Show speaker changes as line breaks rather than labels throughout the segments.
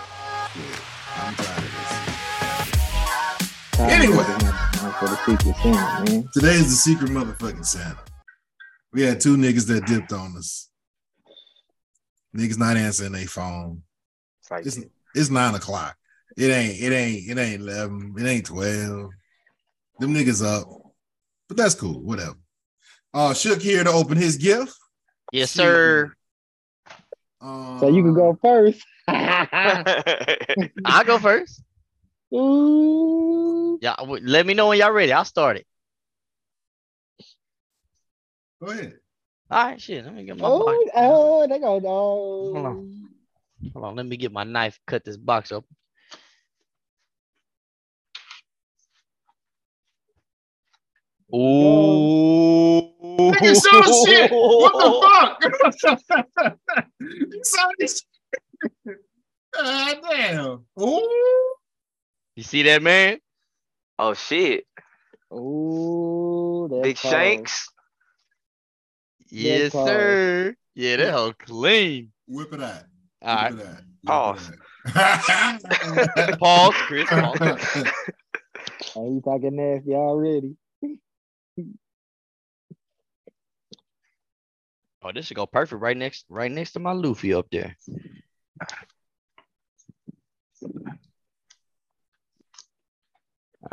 shit. I'm tired of this. Anyway.
Anyway, for the secret Santa, man.
Today's the secret motherfucking Santa. We had two niggas that dipped on us. Niggas not answering their phone.
It's like,
It's it's nine o'clock. It ain't it ain't it ain't eleven. It ain't twelve. Them niggas up, but that's cool. Whatever. Uh, Shook here to open his gift.
Yes, sir.
Um,
So you can go first.
I'll go first.
Oh
Ooh.
Yeah, w- let me know when y'all ready. I'll start it.
Go ahead.
All right, shit. Let me get my
Oh,
box.
oh, they go. Oh.
Hold on. Hold on, let me get my knife. Cut this box open. Ooh.
Nigga, show the shit.
Oh.
What the fuck?
You saw this? God damn. Ooh.
You see that man?
oh shit!
Ooh, that's
Big
cold.
Shanks.
Yes,
Yes, Paul.
sir. Yeah, that hoe clean.
Whip it out.
All right. Oh.
Whip it out.
Pause.
Whip it out.
Pause, Chris. Pause.
Oh, you talking nasty already?
Oh, this should go perfect right next right next to my Luffy up there.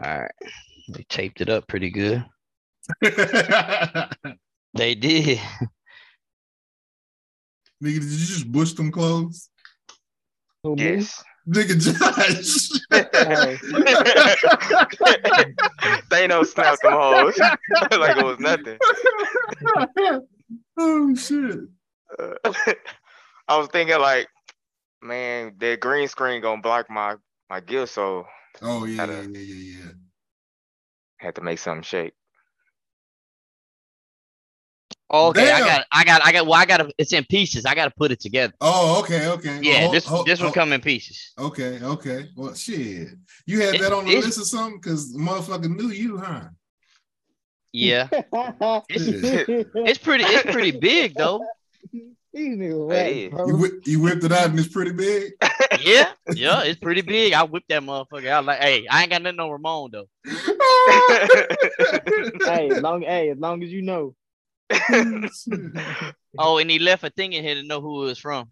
All right. They taped it up pretty good. They did.
Nigga, did you just bush them clothes?
Who, me?
Yes.
Nigga, Josh.
Oh,
they no snap them hoes like it was nothing.
oh shit.
Uh, I was thinking like, man, that green screen gonna block my my gift, so
Oh yeah, yeah,
Gotta-
yeah, yeah, yeah.
had to make something shake.
Okay, I
Damn.
got I got I got well I gotta it's in pieces. I gotta put it together.
Oh, okay, okay.
Yeah,
Oh,
this
oh,
this will
oh,
come in pieces.
Okay, okay. Well, shit. You had
It-
that on the
it's-
list or something? Cause the motherfucker knew you, huh?
Yeah. It's,
These
it's pretty it's pretty big though.
niggas
Hey.
whack, bro.
You, whi- you whipped it out and it's pretty big.
Yeah, yeah, it's pretty big. I whipped that motherfucker out like hey, I ain't got nothing on Ramon though.
hey, as long, hey, as long as you know.
Oh, and he left a thing in here to know who it was from.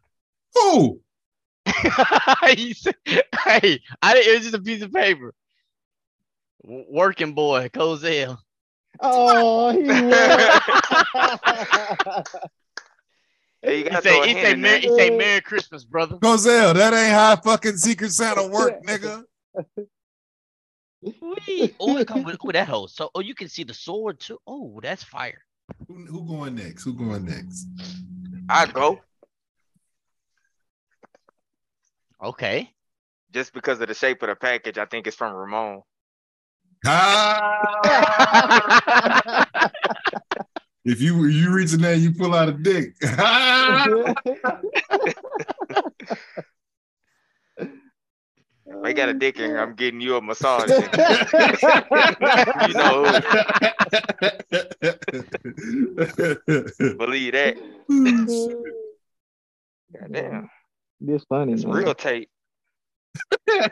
oh,
he said, hey, I didn't, it was just a piece of paper. W- Working boy, Cozell.
Oh, he
Hey, you
He
gotta
say,
throw a
he,
hint
say,
in there.
Merry, he say, Merry Christmas, brother.
Gozelle, that ain't how fucking Secret Santa work, nigga.
Wee. Oh, it come with ooh, that hole. So, oh, you can see the sword too. Oh, that's fire.
Who, who going next? Who going next?
I go
Okay.
just because of the shape of the package. I think it's from Ramon.
Ah, if you you reach in there, you pull out a dick. Ah!
They
Oh,
got a dick in here. I'm getting you a massage.
you
you know, who.
Shit.
believe that. Damn,
This funny.
it's
man.
real tape. This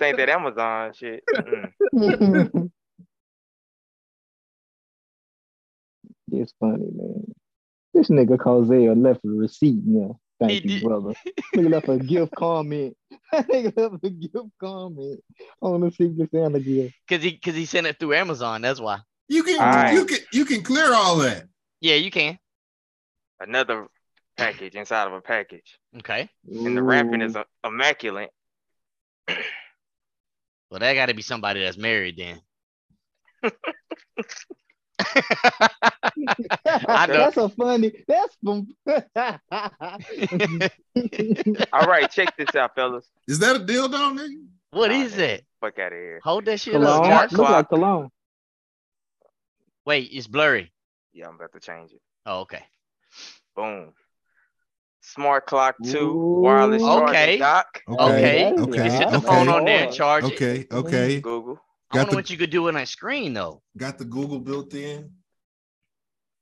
ain't that Amazon shit. Mm.
it's funny, man. This nigga Cozell left a receipt now. Thank
He
you,
did.
brother. nigga left a gift comment. nigga left a gift comment on the Secret Santa gift.
Cause he cause he sent it through Amazon. That's why.
you can
Alright.
you can you can clear all that.
Yeah, you can.
Another package inside of a package,
Okay.
and the wrapping is uh, immaculate.
Well, that gotta be somebody that's married then. I know.
that's a funny. That's from.
All right, check this out, fellas.
Is that a dildo, nigga?
what
Nah,
is
nigga.
that?
Fuck out of here.
Hold that shit up.
cologne.
Josh.
Jack
Look like
Block.
cologne.
Wait, it's blurry.
Yeah, I'm about to change it.
Oh, okay.
Boom. Smart clock two,
Ooh.
wireless charging
Okay.
dock.
Okay.
Yeah,
Okay.
You
yeah.
set the
okay.
phone on there and
Okay.
charge it.
Okay, okay.
Google.
I
Got
wonder
the-
what you could do on that screen though.
Got the Google built in.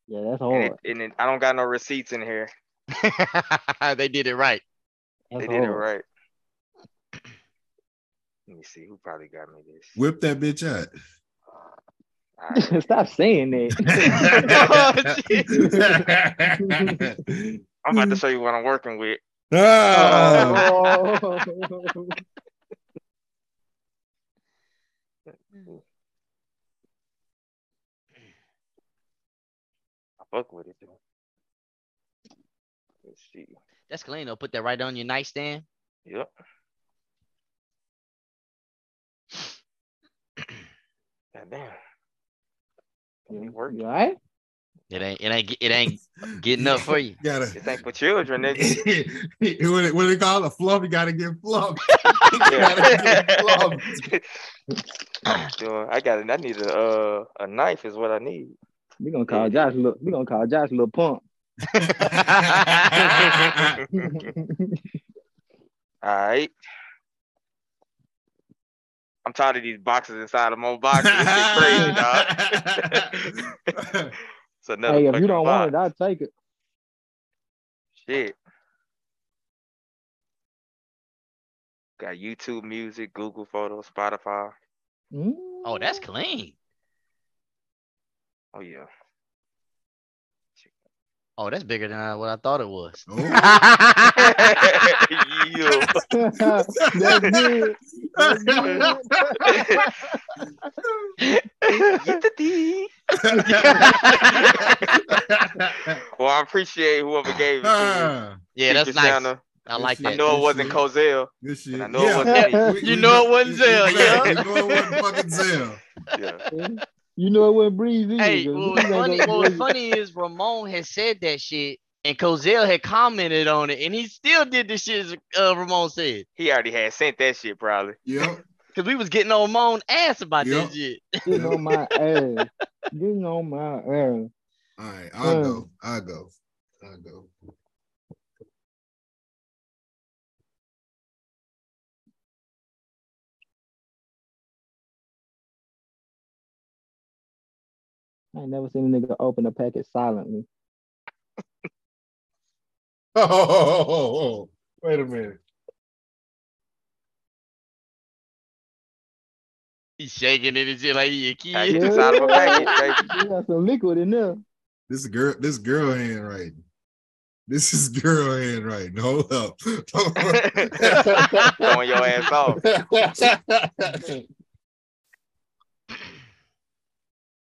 Yeah, that's
And,
hard.
it, and it, I don't got no receipts in here.
they did it right.
That's
they did it
hard.
right. Let me see who probably got me this.
Whip that bitch out.
All right.
Stop saying that.
I'm about to show you what I'm working with.
Oh,
Ah,
Oh.
I fuck with it. though. Let's see.
That's clean though. Put that right on your nightstand.
Yep. God damn. It work.
You all right?
It ain't. It ain't. It ain't getting up for you.
gotta.
This ain't for children, nigga.
what, they- what they call it? Fluff. You gotta get fluff. you gotta get fluff.
Yo, I got it. I need a uh, a knife is what I need.
We're gonna call Josh look we're gonna call Josh little pump.
All right. I'm tired of these boxes inside of my boxes. This shit crazy, dog. It's
hey,
another
if you
fucking
don't want it,
box.
I'll take it.
Shit. Got YouTube Music, Google Photos, Spotify.
Mm.
Oh, that's clean.
Oh yeah.
Oh, that's bigger than uh, what I thought it was.
Oh.
You.
that's good. That's good.
Get the D.
Oh,
Well, I appreciate whoever gave it to
Uh,
me.
Ah,
yeah, that's
Secret
nice.
Santa.
I like
I
Yeah,
that.
know
good
it wasn't
shit.
Cozell.
Good shit.
And I know it wasn't me.
Yeah.
We-
You
we
know it wasn't Zell,
Exactly.
yeah.
You know it wasn't fucking Zell.
Yeah.
You know it wasn't breezy.
Hey, what was funny? What was funny is Ramon had said that shit, and Cozell had commented on it, and he still did the shit as, uh, Ramon said.
He already had sent that shit probably.
Yep.
Cause we was getting on Ramon ass about
Yup.
that shit.
Getting on my ass. Getting on my ass.
All right. I'll
Um,
Mm.
go. I'll go. I'll go.
I ain't never seen a nigga open a packet silently.
Oh, oh, oh, oh, oh. wait a minute.
He's shaking it and shit like he a kid.
Package inside of a package, baby.
You got some liquid in there.
This girl, this girl handwriting. This is girl handwriting. Hold up. Oh,
Throwing your ass off. I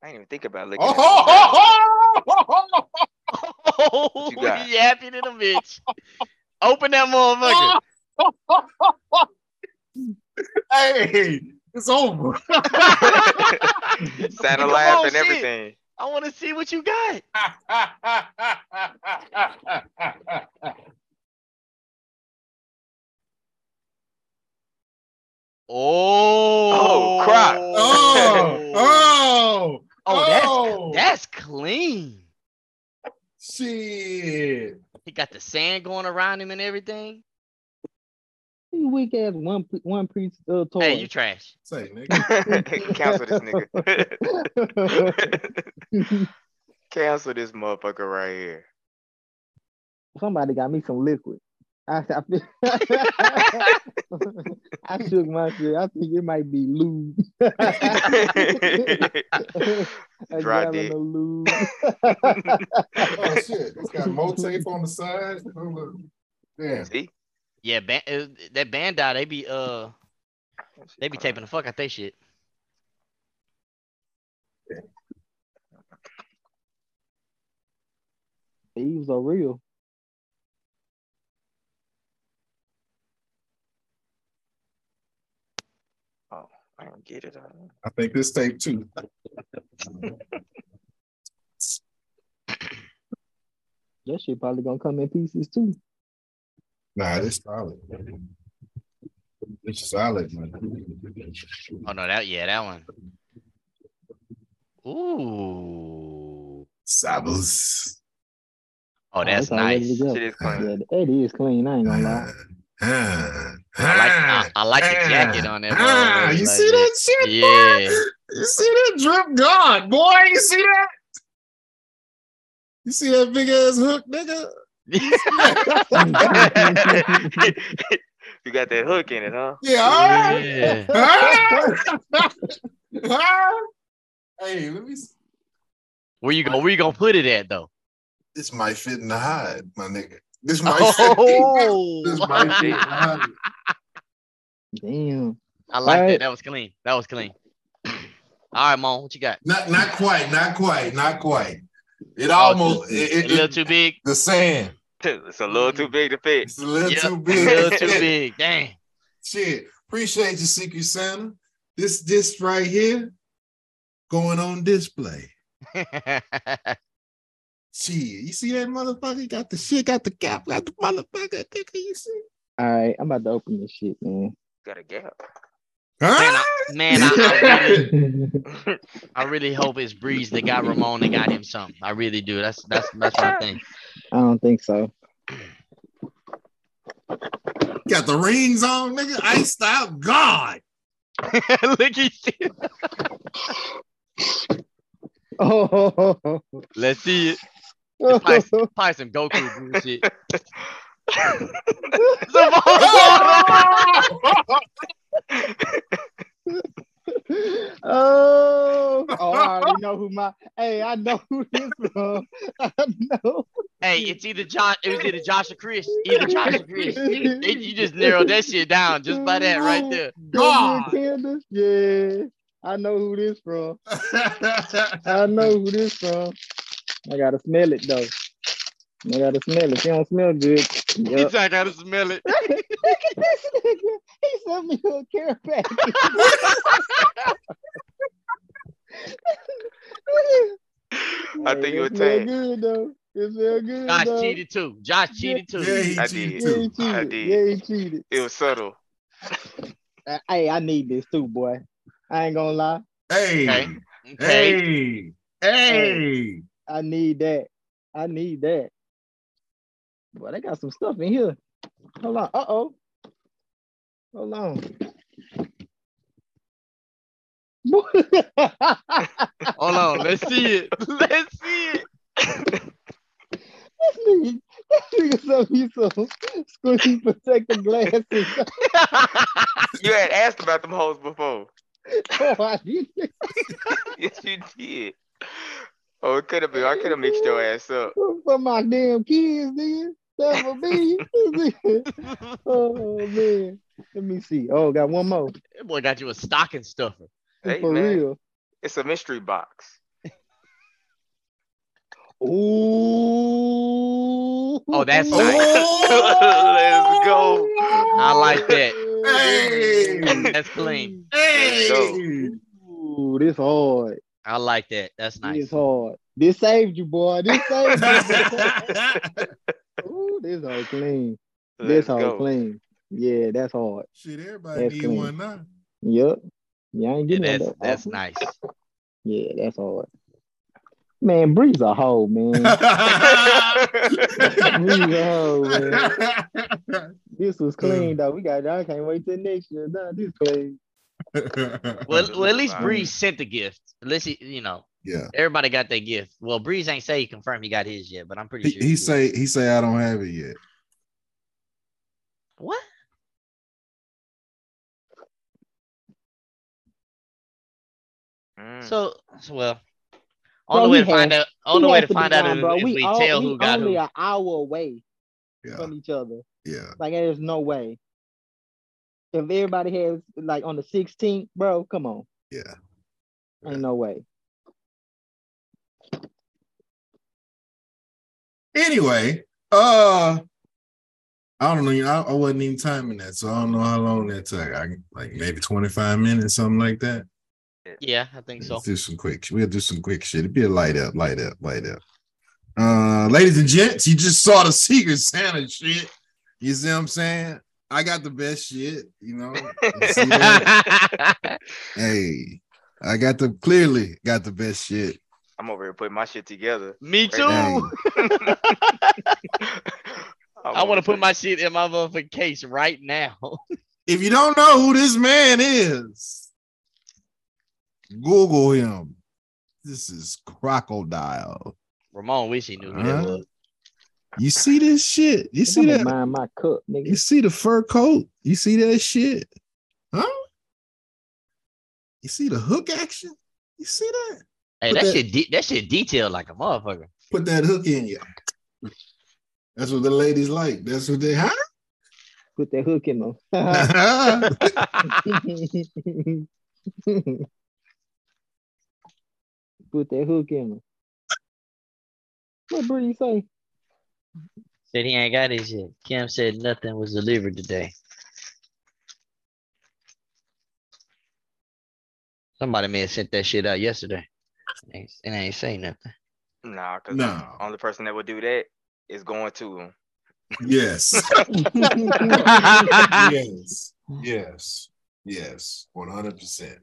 didn't even think about looking. at that.
Oh,
you got?
he happy to the bitch. Open that motherfucker.
hey, it's over.
Santa
oh. Come
laugh
on,
and
shit.
everything.
I want to see what you got. Oh,
Oh, crap.
oh, oh,
Oh, that's
oh.
that's clean.
shit.
He got the sand going around him and everything.
You weak ass one one piece uh, toy.
Hey, you trash.
Say, nigga.
Cancel this nigga. Cancel this motherfucker right here.
Somebody got me some liquid. I, I, feel, I shook my shit. I think it might be lube. A
Dry
gallon
dick.
of lube.
Oh shit, it's got mo tape on the side. Hold up. Damn.
See?
Yeah, ban- uh, that Bandai they be uh they be taping the fuck out they shit.
Thieves are real.
I don't get it. I don't-
I think this tape too.
That shit probably gonna come in pieces too.
Nah, this solid. It's solid, man.
Oh no, that yeah, that one. Ooh.
Sabos.
Oh, that's
it's already
nice.
together.
Shit is clean.
Yeah, that is clean. I ain't gonna
Ah,
lie.
I like I, I like the jacket on that.
Ah,
motherfucker,
you
like
see
that.
that shit,
Yeah.
boy? You see that drip god, boy? You see that? You see that big ass hook, nigga?
that
You got that hook in it, huh?
Yeah. all right.
Yeah.
hey, let me. s-
Where you go? Where you gonna put it at though?
This might fit in the hide, my nigga. This might fit. This
Oh,
might fit in the hide.
Damn.
I like
Alright.
that. That was clean. That was clean. All right, mom, what you got?
Not, not quite. Not quite. Not quite. It almost.
Oh, a
It,
little
it,
too
it,
big.
the sand.
It's a little too big to fit.
It's a little
Yep,
too
A
big.
little too big. Dang.
Shit. Appreciate you, Secret Santa. This this right here going on display. Shit. You see that motherfucker? He Got the shit, got the cap, got the motherfucker. Nigga, you see?
All right, I'm about to open this shit, man.
Got a gap.
Huh?
Man, I, I, really,
That's
I really hope it's Breeze that got Ramon and got him something. I really do. That's that's that's my thing.
I don't think so.
Got the rings on, nigga. Iced out. God.
Look at you.
Oh,
Let's see it. It's nice. Probably some Goku bullshit. Savon-
oh, oh, I already know who my. Hey, I know who this from. I know.
hey, it's either John. It was either Josh or Chris. Either Josh or Chris. They- you just narrowed that shit down just by that right there.
God.
Candace. Yeah, I know who this from. I know who this from. I gotta smell it though. I gotta smell it. She don't smell good. Yup.
I gotta smell it.
Look at this nigga. He sent me a care package.
I think you
it
a
smell
tag.
good though. It smell good
Josh
though.
cheated too. Josh cheated too.
yeah, he
I
cheated
did.
Yeah, he
too.
I
cheated.
did.
Yeah, he cheated.
It was subtle.
Uh, hey, I need this too, boy. I ain't gonna lie.
Hey,
Okay. Okay.
hey, hey.
I need that. I need that. Boy, they got some stuff in here. Hold on. Uh oh. Hold on. this
Hold on. Let's see it. Let's see it.
nigga, this nigga so he so screen protector glasses.
You had asked about them hoes before.
oh, I did.
Yes, you did. Oh, it could have been. I could have mixed your ass up.
For my damn kids, nigga. That for me. oh man. Let me see. Oh, got one more.
That boy got you a stocking stuffer.
Hey,
for
man.
real.
It's a mystery box.
Ooh.
Oh, that's nice.
Let's
go.
I like that.
Hey.
That's clean.
Hey.
Let's go.
Ooh, this hard.
I like that. That's nice.
This hard. This saved you, boy. This saved you. Ooh, this hard clean. this
Let's
hard
go.
clean. Yeah, that's hard.
Shit, everybody
That's
need
clean.
one now.
Yep. Yeah, I ain't
Yeah,
getting
that's
that.
that's nice.
Yeah, that's hard. Man, Breeze a hoe, man. Breeze a hoe, man. This
Mm.
was clean though. We got. I can't wait till next year. Nah, this clean.
Well, well, at least
Wow.
Breeze sent the gift. Unless he, you know,
yeah,
everybody got their gift. Well, Breeze ain't say he confirmed he got his yet, but I'm pretty
he,
sure.
he
did.
say he say I don't have it yet.
what?
Mm.
So, so, well,
Bro,
only way
he
to find
has-
out. Only
He
way
has
to
be
find out
down,
is
bro.
if we,
all-
tell
we
who got
only
who.
an hour away
Yeah,
from each other.
yeah.
Like there's no way. If everybody has like on the 16th, bro, come on.
Yeah.
Ain't no way.
Anyway, uh, I don't know. I, I wasn't even timing that, so I don't know how long that took. I like maybe twenty five minutes, something like that.
Yeah, I think so.
Let's do some quick. We'll do some quick shit. It'd be a light up, light up, light up. Uh, ladies and gents, you just saw the Secret Santa shit. You see what I'm saying? I got the best shit. You know. You see that? hey, I got the clearly got the best shit.
I'm over here putting my shit together.
Me too.
Hey,
I want to put my shit in my motherfucking case right now.
if you don't know who this man is, Google him. This is Crocodile.
Ramon wish he knew who that
Huh?
was.
You see this shit? You see
Nigga,
that?
I'ma Mind my cup, nigga.
You see the fur coat? You see that shit? Huh? You see the hook action? You see that?
Hey,
Put
that
that-
shit de- that shit detailed like a motherfucker.
Put that hook in you. That's what the ladies like. That's what they
Put that hook in them.
huh?
Put that hook in them. What Bree say?
said he ain't got his shit. Kim said nothing was delivered today. Somebody may have sent that shit out yesterday. It ain't, it ain't say nothing.
Nah, because
no.
only person that would do that is going to him.
Yes. yes. Yes. Yes. 100%.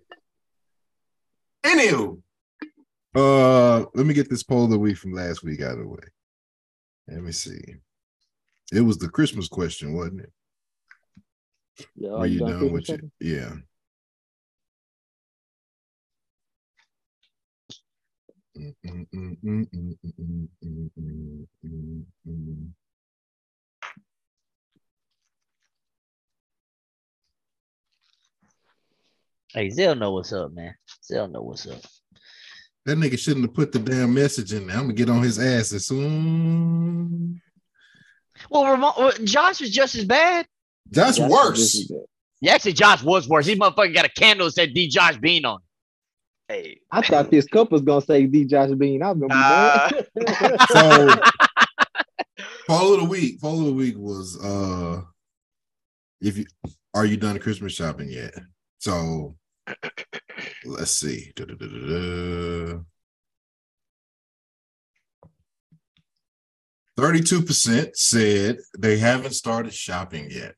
Anywho. Uh, let me get this poll that we from last week out of the way. Let me see. It was the Christmas question, wasn't it?
Yo,
Were you
Oh, done
done
cooking
with it?
something?
Yeah.
Hey, Zell know what's up, man. Zell know what's up.
That nigga shouldn't have put the damn message in there. I'm gonna get on his ass as soon.
Well, Ramon, well, Josh was just as bad.
That's
That's what this
worse.
is at.
Yeah, actually, Josh was worse. He motherfucker got a candle that said D. Josh Bean on.
Hey,
I thought this cup was gonna say D. Josh Bean. I was
Ah.
gonna be
So poll of the week. Poll of the week was uh if you are you done Christmas shopping yet? So let's see. Thirty-two percent said they haven't started shopping yet.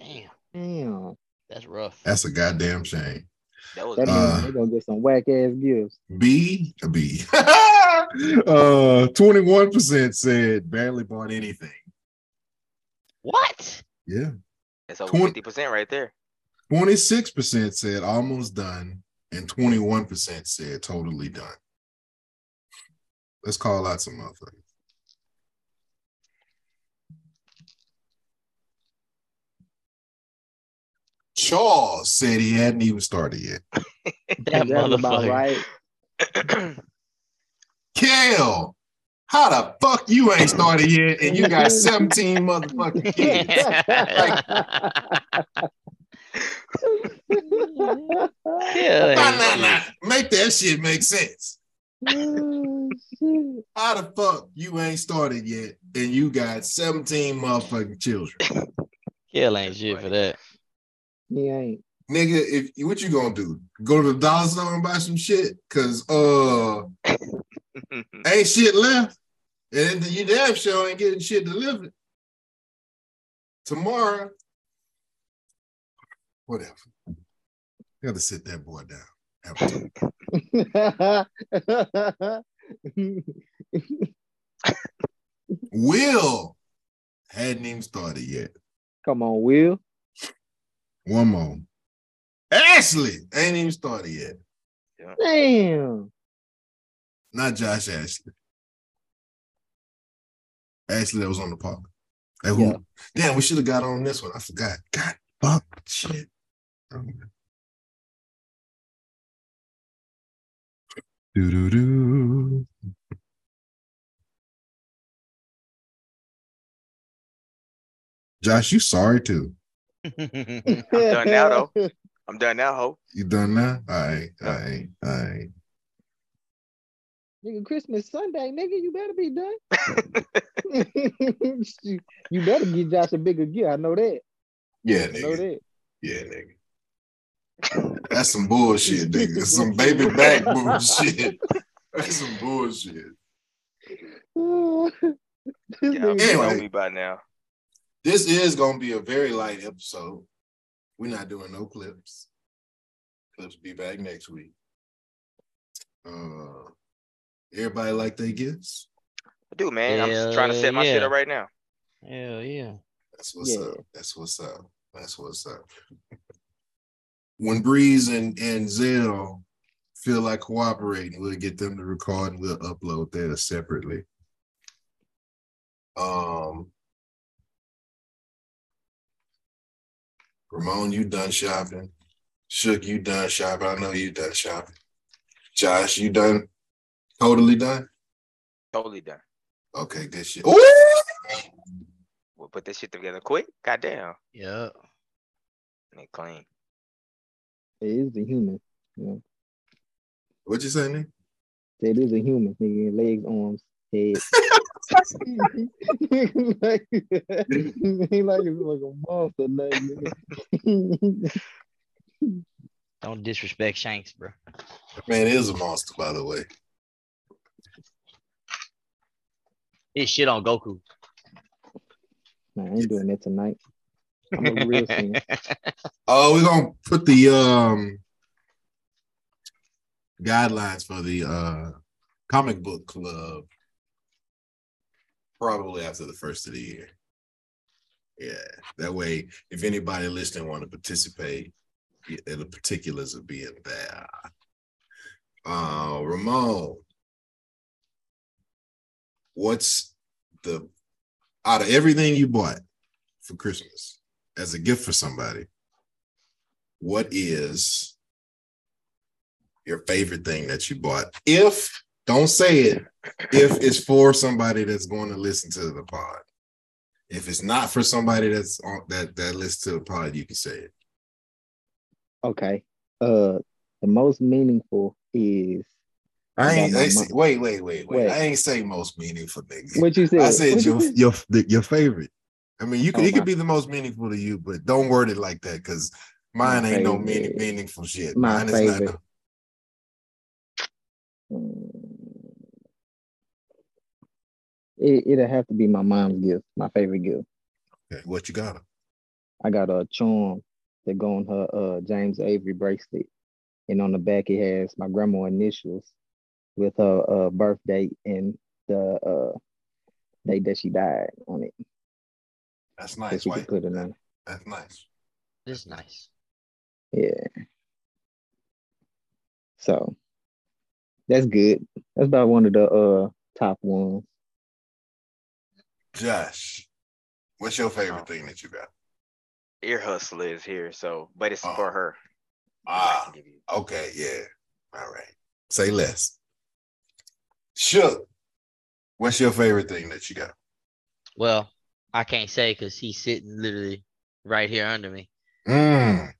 it. Damn,
Damn.
that's rough.
That's a goddamn shame.
that was
That means
Uh,
they're gonna get some whack ass gifts.
B a B. uh, twenty-one percent said barely bought anything.
What?
Yeah.
that's over
twen-
fifty percent right there.
26% said almost done, and 21% said totally done. Let's call out some motherfuckers. Charles said he hadn't even started yet.
That
That's about
motherfucker.
right.
Kale, how the fuck you ain't started yet and you got 17 motherfucking kids? Nah, nah, nah. Make that shit make sense.
Oh, shit.
How the fuck you ain't started yet and you got 17 motherfucking children?
Kill ain't shit for that.
He ain't.
nigga, if what you gonna do? Go to the dollar store and buy some shit? Cause uh ain't shit left. And then you damn sure ain't getting shit delivered. Tomorrow. Whatever. You gotta sit that boy down. Have a talk. Will hadn't even started yet.
Come on, Will.
One more. Ashley ain't even started yet.
Damn.
Not Josh Ashley. Ashley that was on the pod. That who-
Yeah.
Damn, we should have got on this one. I forgot. God fuck shit. Do do do. Josh, you sorry too.
done now, though. I'm done now, ho.
You done now? All right, all right, all right.
Nigga, Christmas Sunday, nigga, you better be done. Shoot, you better give Josh a bigger gift. I know that.
Yeah,
I know
nigga.
that.
Yeah, nigga. That's some bullshit, nigga. That's some baby back bullshit. That's some bullshit.
This
Yeah,
nigga-
Anyway.
you know me by now.
This is gonna be a very light episode. We're not doing no clips. Clips be back next week. Uh, everybody like their gifts.
Dude, man, I'm just trying to set my
Hell
shit
yeah.
up right now.
Hell yeah.
That's what's
Yeah.
up. That's what's up. That's what's up. When Breeze and and Zell feel like cooperating, we'll get them to record and we'll upload that separately.
Um, Ramon, you done shopping. Shook, you done shopping. I know you done shopping. Josh, you done totally done.
Totally done.
Okay, good shit. Ooh!
We'll put this shit together quick. Goddamn.
Yeah.
And clean.
It is a human. You know?
What you saying? Nick?
It is a human. Nigga, legs, arms, head. like, he like it's like a monster, nigga.
Don't disrespect Shanks, bro.
That Man is a monster, by the way.
This shit on Goku.
nah, I ain't doing that tonight. I'm a real singer.
Oh, we're gonna put the um guidelines for the uh comic book club probably after the first of the year. Yeah, that way, if anybody listening want to participate, y- the particulars will be in there. Uh, Ramon,
What's the out of everything you bought for Christmas as a gift for somebody? What is your favorite thing that you bought? If don't say it, if it's for somebody that's going to listen to the pod. If it's not for somebody that's on that that listens to the pod, you can say it.
Okay. Uh, the most meaningful is
I ain't
About my
I say,
mom.
wait, wait, wait, wait.
Wait.
I ain't say most meaningful nigga.
what you said.
I said
What you
your your the- your favorite. I mean, you could
Oh,
it
my-
could be the most meaningful to you, but don't word it like that because mine
My
ain't no meaning,
favorite.
meaningful shit.
My
mine is
favorite.
not.
Mm. It, it'll have to be my mom's gift, my favorite gift.
Okay, what you got?
I got a charm that go on her uh, James Avery bracelet, and on the back it has my grandma initials with her uh, birth date and the uh, date that she died on it.
That's
That
nice,
she could
white.
put it on.
That's nice.
This is nice.
Yeah. So that's good. That's about one of the uh, top ones.
Josh, what's
Uh-huh.
your favorite thing that you got?
Ear hustler is here, so but it's
Oh.
for her.
Ah, okay, yeah. All right. Say less. Shook, what's your favorite thing that you got?
Well, I can't say because he's sitting literally right here under me
Mm.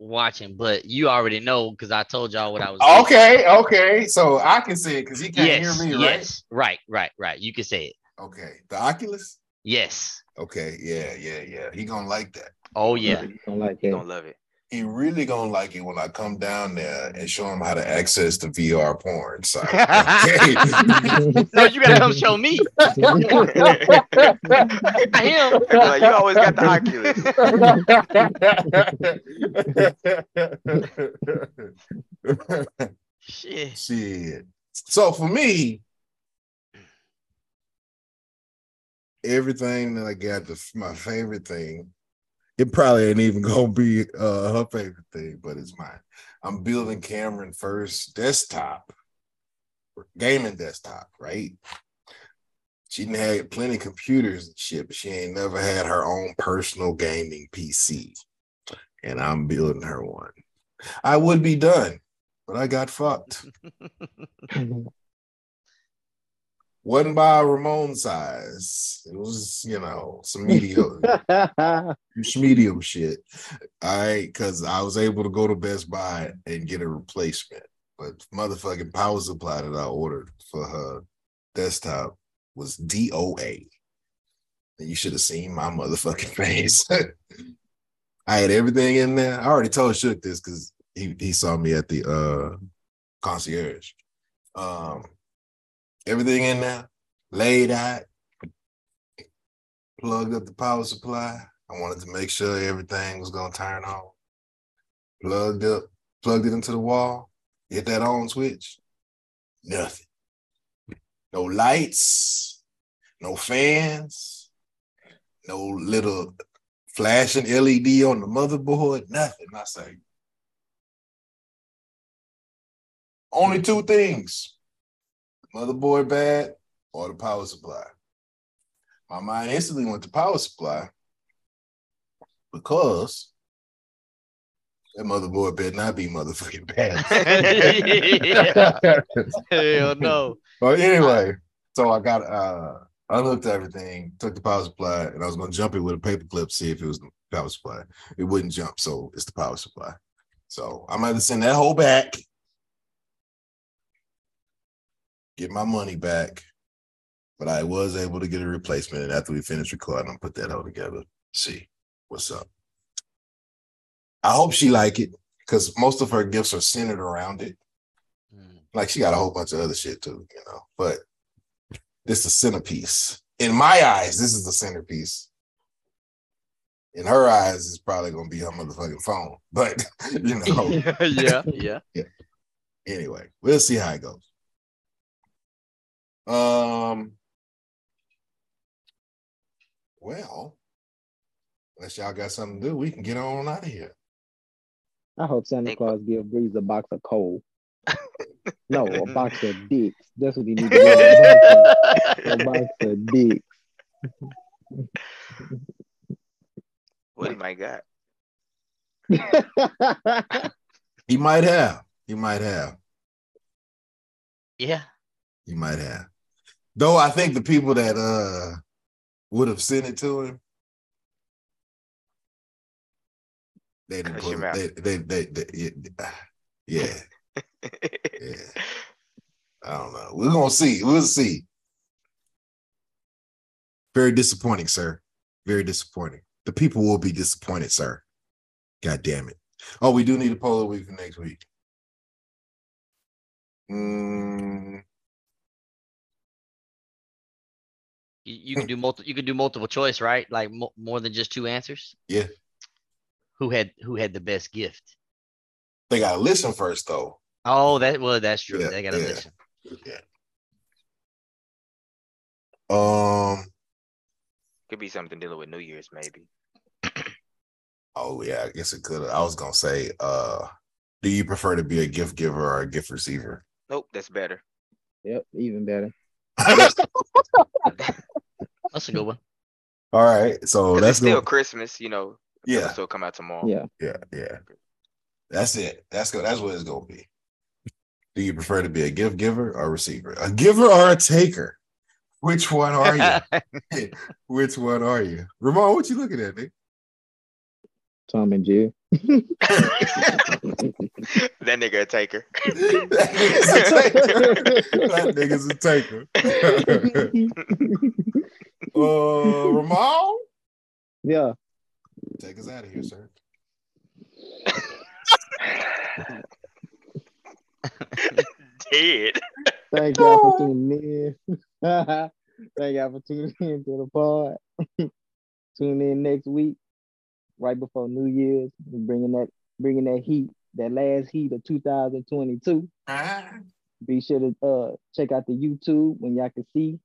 watching, but you already know because I told y'all what I was. doing.
Okay, okay. So I can say it because he can't
Yes.
hear me,
yes. Right. Right. Right. You can say it.
right? Okay. The Oculus?
Yes.
Okay, yeah, yeah, yeah. He gonna like that.
Oh yeah.
Don't like
You
that.
gonna love it.
He really gonna like it when I come down there and show him how to access the VR porn site. Okay.
No, you gotta come show me. Not him.
Like, you always got the Oculus.
Shit.
Shit. So for me, everything that I got, the, my favorite thing, it probably ain't even gonna be uh, her favorite thing, but it's mine. I'm building Cameron first desktop, gaming desktop, right? She done had plenty of computers and shit, but she ain't never had her own personal gaming PC. And I'm building her one. I would be done, but I got fucked wasn't by Ramon size. It was, you know, some medium, some medium shit. All right, because I was able to go to Best Buy and get a replacement, but motherfucking power supply that I ordered for her desktop was DOA. And you should have seen my motherfucking face. I had everything in there. I already told Shook this because he, he saw me at the uh concierge. Um everything in there, laid out, plugged up the power supply. I wanted to make sure everything was gonna turn on. Plugged up, plugged it into the wall, hit that on switch. Nothing. No lights, no fans, no little flashing LED on the motherboard, nothing. I say. Only two things motherboard bad or the power supply. My mind instantly went to power supply because that motherboard better not be motherfucking
Yeah.
bad.
Hell no.
But anyway, so I got uh unhooked everything, took the power supply, and I was gonna jump it with a paper clip, see if it was the power supply. It wouldn't jump, so it's the power supply. So I'm gonna send that whole back, get my money back. But I was able to get a replacement, and after we finish recording, I'm put that all together. See what's up. I hope she like it because most of her gifts are centered around it like she got a whole bunch of other shit too, you know. But this is the centerpiece. In my eyes, this is the centerpiece. In her eyes, it's probably gonna be her motherfucking phone. But you know,
yeah, yeah.
anyway, we'll see how it goes. Um well, unless y'all got something to do, we can get on out of here.
I hope Santa
Think-
Claus give Breeze a box of coal. no, a box of dicks. That's what he needs to give him, a box of, a
what
box of dicks.
What my God.
He might have. He might have.
yeah.
You might have. Though I think the people that uh would have sent it to him, they didn't.
Cuss
Put,
him out.
they, they, they, they, yeah, yeah, yeah. I don't know. We're gonna see. We'll see. Very disappointing, sir. Very disappointing. The people will be disappointed, sir. God damn it. Oh, we do need a poll of the week for next week. Mm,
You,
Hmm.
you can do multiple. You can do multiple choice, right? Like mo- more than just two answers.
Yeah.
Who had Who had the best gift?
they gotta listen first though.
Oh, that well, that's true.
Yeah,
they gotta
yeah.
listen.
Yeah. Um.
Could be something dealing with New Year's, maybe.
Oh yeah, I guess it could. I was gonna say, uh, do you prefer to be a gift giver or a gift receiver?
Nope, that's better.
yep, even better.
That's a good one.
All right, so
'Cause
that's
it's still
gonna-
Christmas, you know.
yeah,
Still come out tomorrow.
Yeah.
yeah, yeah. That's it. That's go. That's what it's gonna be. Do you prefer to be a gift giver or receiver? A giver or a taker? Which one are you? Which one are you, Ramon? What you looking at, Nick?
Tom and Jerry.
That nigga a taker.
that nigga's a taker. that nigga's a taker. uh, Ramon,
yeah.
take us out of here, sir.
Dead.
Thank y'all for tuning in. Thank y'all for tuning in to the pod. Tune in next week, right before New Year's. We're bringing that, bringing that heat, that last heat of 2022. Be sure to uh, check out the YouTube when y'all can see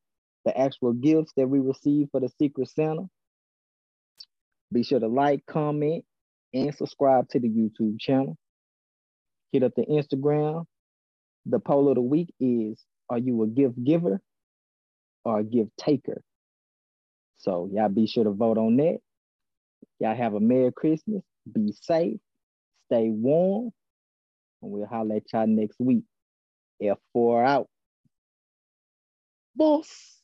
the actual gifts that we received for the Secret Santa. Be sure to like, comment, and subscribe to the YouTube channel. Hit up the Instagram. The poll of the week is Are you a gift giver or a gift taker? So, y'all be sure to vote on that. Y'all have a Merry Christmas. Be safe. Stay warm. And we'll holler at y'all next week. F4 out. Boss.